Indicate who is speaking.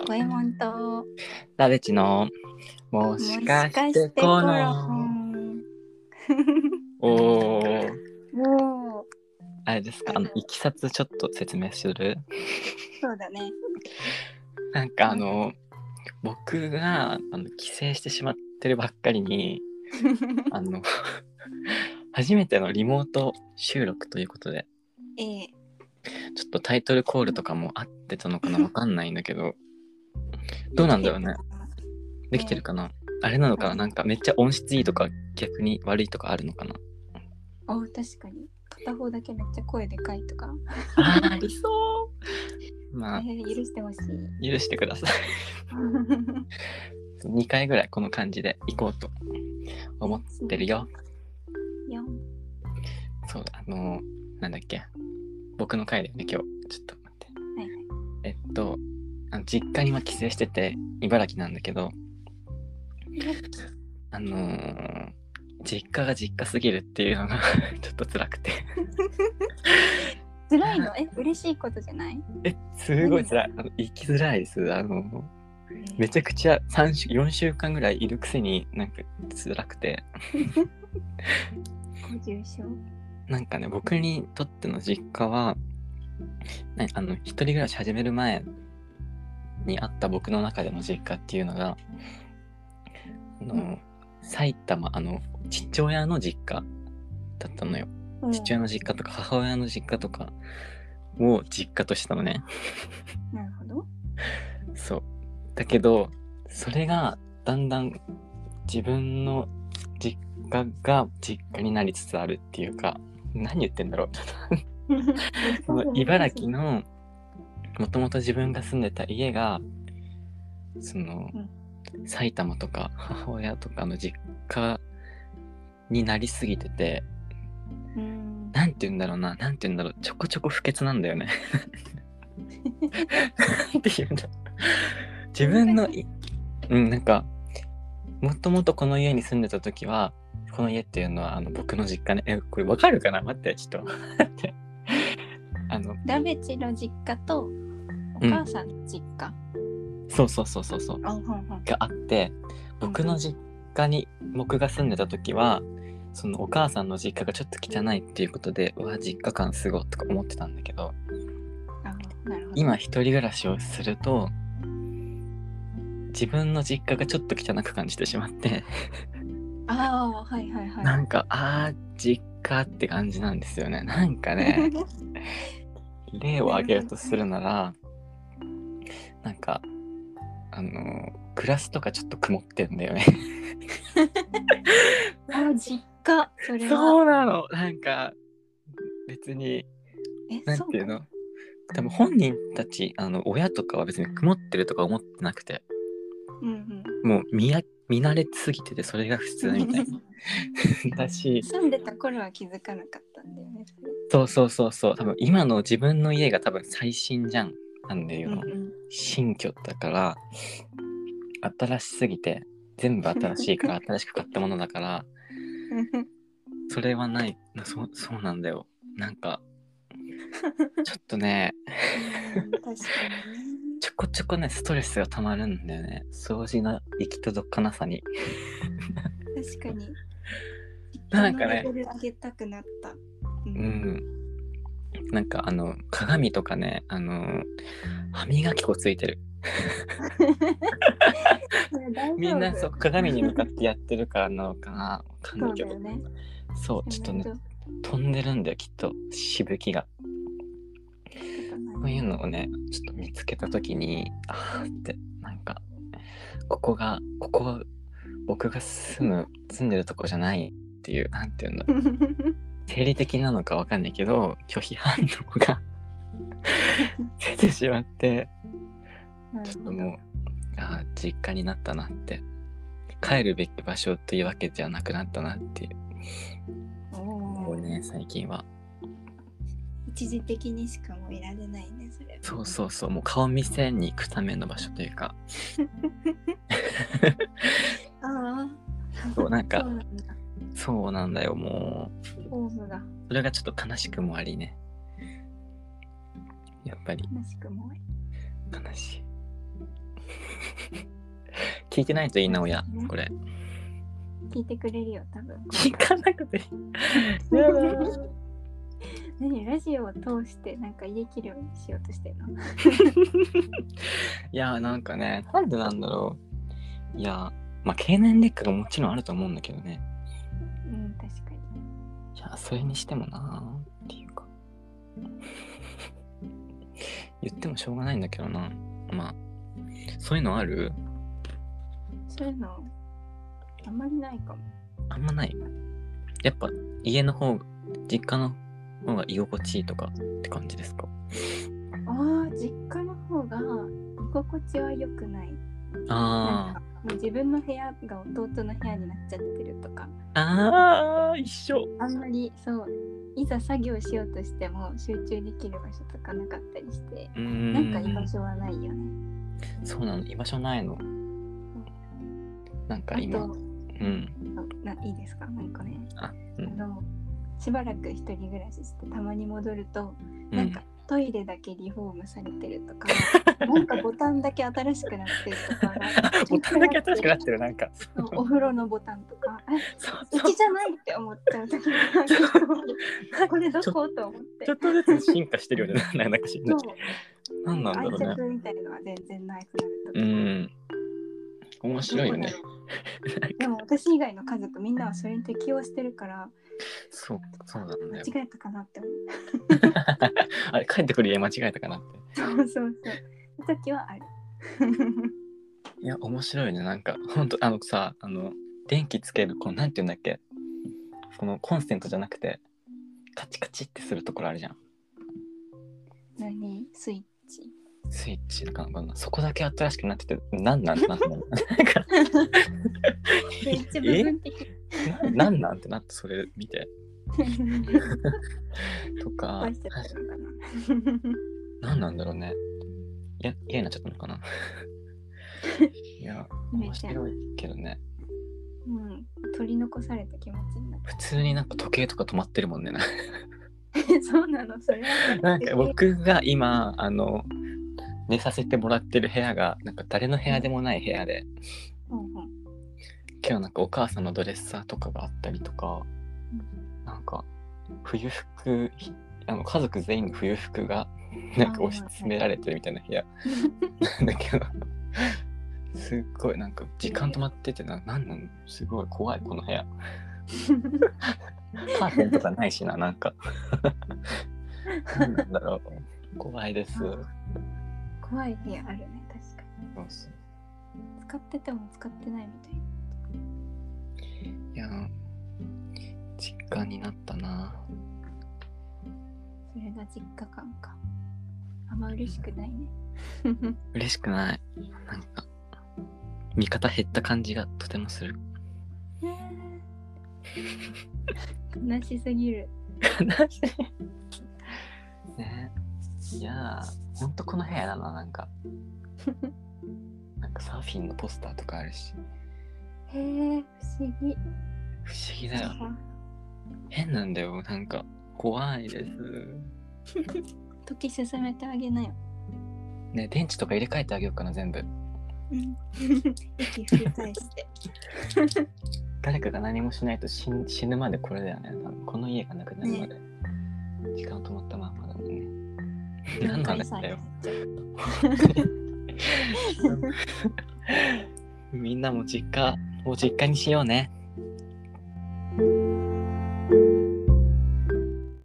Speaker 1: 五右衛門と
Speaker 2: ラベチのもし
Speaker 1: も
Speaker 2: かしてこ
Speaker 1: しかしてコロホ
Speaker 2: の
Speaker 1: ン
Speaker 2: おー
Speaker 1: もう
Speaker 2: あれですかあのいきさつちょっと説明する
Speaker 1: そうだね
Speaker 2: なんかあの僕があの帰省してしまってるばっかりにあの 初めてのリモート収録ということで
Speaker 1: ええ
Speaker 2: ちょっとタイトルコールとかも合ってたのかなわかんないんだけどどうなんだろうねできてるかなあれなのかななんかめっちゃ音質いいとか逆に悪いとかあるのかな
Speaker 1: お確かに片方だけめっちゃ声でかいとか、
Speaker 2: あーありそうま
Speaker 1: え
Speaker 2: あ
Speaker 1: え許してほしい
Speaker 2: 許してください2回ぐらいこの感じで行こうと思って るよ
Speaker 1: よん
Speaker 2: そうだあのなんだっけ僕の回だよね今日ちょっと待って
Speaker 1: はいは
Speaker 2: えっとあの実家に今帰省してて茨城なんだけどあのー実家が実家すぎるっていうのが ちょっと辛くて
Speaker 1: 辛いのえ嬉しいことじゃない
Speaker 2: えすごい辛いあの行きづらいですあのめちゃくちゃ3週4週間ぐらいいるくせになんか辛くて
Speaker 1: ご重傷
Speaker 2: なんかね僕にとっての実家は、ね、あの一人暮らし始める前にあった僕の中での実家っていうのがあの、
Speaker 1: うん
Speaker 2: 埼玉あの父親の実家だったのよ
Speaker 1: うん
Speaker 2: 父親の実家とか母親の実家とかを実家としたのね
Speaker 1: なるほど
Speaker 2: そうだけどそれがだんだん自分の実家が実家になりつつあるっていうか何言ってんだろうその茨城のもともと自分が住んでた家がその
Speaker 1: うん
Speaker 2: 埼玉とか母親とかの実家になりすぎてて
Speaker 1: うん
Speaker 2: なんて言うんだろうななんて言うんだろうちょこちょこ不潔なん だよね。なんて言うんだろう自分のいうんなんかもともとこの家に住んでた時はこの家っていうのはあの僕の実家ねえこれわかるかな待ってちょっと待ってあの
Speaker 1: ラベチの実家とお母さんの実家、
Speaker 2: そうそうそうそうそう
Speaker 1: あほんほん
Speaker 2: があって僕の実家に僕が住んでた時はそのお母さんの実家がちょっと汚いっていうことでうわ実家感すごいとか思ってたんだけど
Speaker 1: あなるほど
Speaker 2: 今一人暮らしをすると自分の実家がちょっと汚く感じてしまって
Speaker 1: ああはいはいはい
Speaker 2: なんかあー実家って感じなんですよねなん かね例を挙げるとするならなんかあのグラスとかちょっと曇ってんだよね
Speaker 1: あ実家それは
Speaker 2: そうなのなんか別に
Speaker 1: え
Speaker 2: なんていうの多分本人たちあの親とかは別に曇ってるとか思ってなくて
Speaker 1: そううんうん
Speaker 2: もう見や見慣れすぎててそれが普通みたい だし
Speaker 1: 住んでた頃は気づかなかったんだよねそれ
Speaker 2: そうそうそうそう多分今の自分の家が多分最新じゃんなんでいう
Speaker 1: うん
Speaker 2: の、
Speaker 1: うん
Speaker 2: 新居だから新しすぎて全部新し いから新しく買ったものだからそれはないなそそうなんだよな んかちょっとね
Speaker 1: 確かにね
Speaker 2: ちょこちょこねストレスがたまるんだよね掃除の行き届かなさに
Speaker 1: 確かに
Speaker 2: なんかね
Speaker 1: 人のレベル上げたくなったう
Speaker 2: うん んなんかあの鏡とかねあの歯磨き粉ついてるみんなそう鏡に向かってやってるからなのかなわかんな
Speaker 1: そ
Speaker 2: いうけ
Speaker 1: だ
Speaker 2: ど
Speaker 1: よね
Speaker 2: そうちょっとね飛んでるんだよきっとしぶきがそういうのをねちょっと見つけた時にあーってなんかここがここは僕が住む住んでるとこじゃないっていうなんていうんだろう生理的なのかわかんないけど拒否反応 が出てしまってちょっともうあー実家になったなって帰るべき場所というわけじゃなくなったなっていう
Speaker 1: も
Speaker 2: もうね最近は
Speaker 1: 一時的にしかもいられないねそれ
Speaker 2: そうそうそうもう顔見せに行くための場所というか
Speaker 1: ああ
Speaker 2: そうなんか
Speaker 1: そうなんだ
Speaker 2: そうなんだよも
Speaker 1: オウムが
Speaker 2: うそれがちょっと悲しくもありねやっぱり
Speaker 1: 悲しくも
Speaker 2: 悲しい聞いてないといいな、親。これ。
Speaker 1: 聞いてくれるよ、多分。
Speaker 2: 聞かなくていい。やだー
Speaker 1: 何ラジオを通してなんか家切るようにしようとしてるの
Speaker 2: いや、なんかね、なんでなんだろう。いや、まあ、経年劣化がもちろんあると思うんだけどね。
Speaker 1: うん、確かに。
Speaker 2: いや、それにしてもなーっていうか。 言ってもしょうがないんだけどな。まあ、そういうのある
Speaker 1: そういうの、あんまりないかも。
Speaker 2: あんまない。やっぱ、家の方、実家の方が居心地いいとかって感じですか
Speaker 1: ああ、実家の方が居心地は良くない。なん
Speaker 2: あ
Speaker 1: かもう自分の部屋が弟の部屋になっちゃってるとか、
Speaker 2: あ。ああ、一緒。
Speaker 1: あんまりそう、いざ作業しようとしても集中できる場所とかなかったりして、
Speaker 2: うー
Speaker 1: なん
Speaker 2: ん。
Speaker 1: か居場所はないよね。
Speaker 2: そうなの、居場所ないの。なん
Speaker 1: あ
Speaker 2: か今、
Speaker 1: と、
Speaker 2: うん。
Speaker 1: ないいですかなんかね、
Speaker 2: あ、う
Speaker 1: あ
Speaker 2: ん。
Speaker 1: の、しばらく一人暮らししてたまに戻ると、
Speaker 2: う、
Speaker 1: なんかトイレだけリフォームされてるとか、なんかボタンだけ新しくなってるとか
Speaker 2: ボタンだけ新しくなってる、なんか。
Speaker 1: そうお風呂のボタンとか、あ
Speaker 2: そう
Speaker 1: う
Speaker 2: そう
Speaker 1: ちじゃないって思っちゃう時が これどこと思って
Speaker 2: ちょっとずつ進化してるよね。 なんかしん
Speaker 1: そ
Speaker 2: な
Speaker 1: う
Speaker 2: い。なんなんだろう
Speaker 1: 愛
Speaker 2: ね。
Speaker 1: 着みたいのは全然ないくなると
Speaker 2: う
Speaker 1: か
Speaker 2: ん。面白いよね。
Speaker 1: どこだろうでも私以外の家族みんなはそれに適応してるから
Speaker 2: そう、そうなんだ
Speaker 1: 間違
Speaker 2: よ。
Speaker 1: えたかなって思う
Speaker 2: あれ、帰ってくる家間違えたかなって。
Speaker 1: そうそうそうそういう時はある
Speaker 2: いや、面白いね。なんか、ほんと、あのさ、あの、電気つける、この、なんていうんだっけこのコンセントじゃなくて、カチカチってするところあるじゃん。
Speaker 1: 何スイッチ
Speaker 2: スイッチなんかなんかそこだけ新しくなってて、なんなんてなったのなんか、
Speaker 1: スイッチ部分的
Speaker 2: ななんなんってなって、それ見て。
Speaker 1: 失
Speaker 2: とか
Speaker 1: 敗し、ちゃったのかな
Speaker 2: なんなんだろうね。いや、嫌になっちゃったの かな。いや、
Speaker 1: め
Speaker 2: 面
Speaker 1: っちゃ
Speaker 2: 白いけどね。
Speaker 1: うん取り残された気持ちになっ
Speaker 2: 普通になんか時計とか止まって るもんね。なんか
Speaker 1: てそうなのそれは
Speaker 2: なんか僕が今あの寝させてもらってる部屋がなんか誰の部屋でもない部屋で
Speaker 1: うんうん
Speaker 2: 今日なんかお母さんのドレッサーとかがあったりとかなんか冬服あの家族全員の冬服がなんか押し詰められてるみたいな部屋なんだけどすっごいなんか時間止まっててななんなのすごい怖いこの部 屋カーテンとかないしななんかなんなんだろう怖いです。
Speaker 1: 怖い部屋あるね確か
Speaker 2: そうそう
Speaker 1: に使ってても使ってないみたいない
Speaker 2: やー、実家になったな。
Speaker 1: それが実家感かあんま嬉しくないね
Speaker 2: 嬉しくない。なんか、味方減った感じがとてもする。
Speaker 1: 悲しすぎる
Speaker 2: 悲しい。 ねいやー、ほんとこの部屋だな、なんか。なんかサーフィンのポスターとかあるし。
Speaker 1: へえ不思議
Speaker 2: 不思議だよ。変なんだよ、なんか。怖いです。
Speaker 1: 時進めてあげなよ、
Speaker 2: ね電池とか入れ替えてあげようかな、全部。
Speaker 1: うん、息振り返して
Speaker 2: 誰かが何もしないと死ん死ぬまでこれだよね。多分この家がなくなるまで。時間止まったまんまだもんね。 何の話だよ。みんなも実家、もう実家にしようね。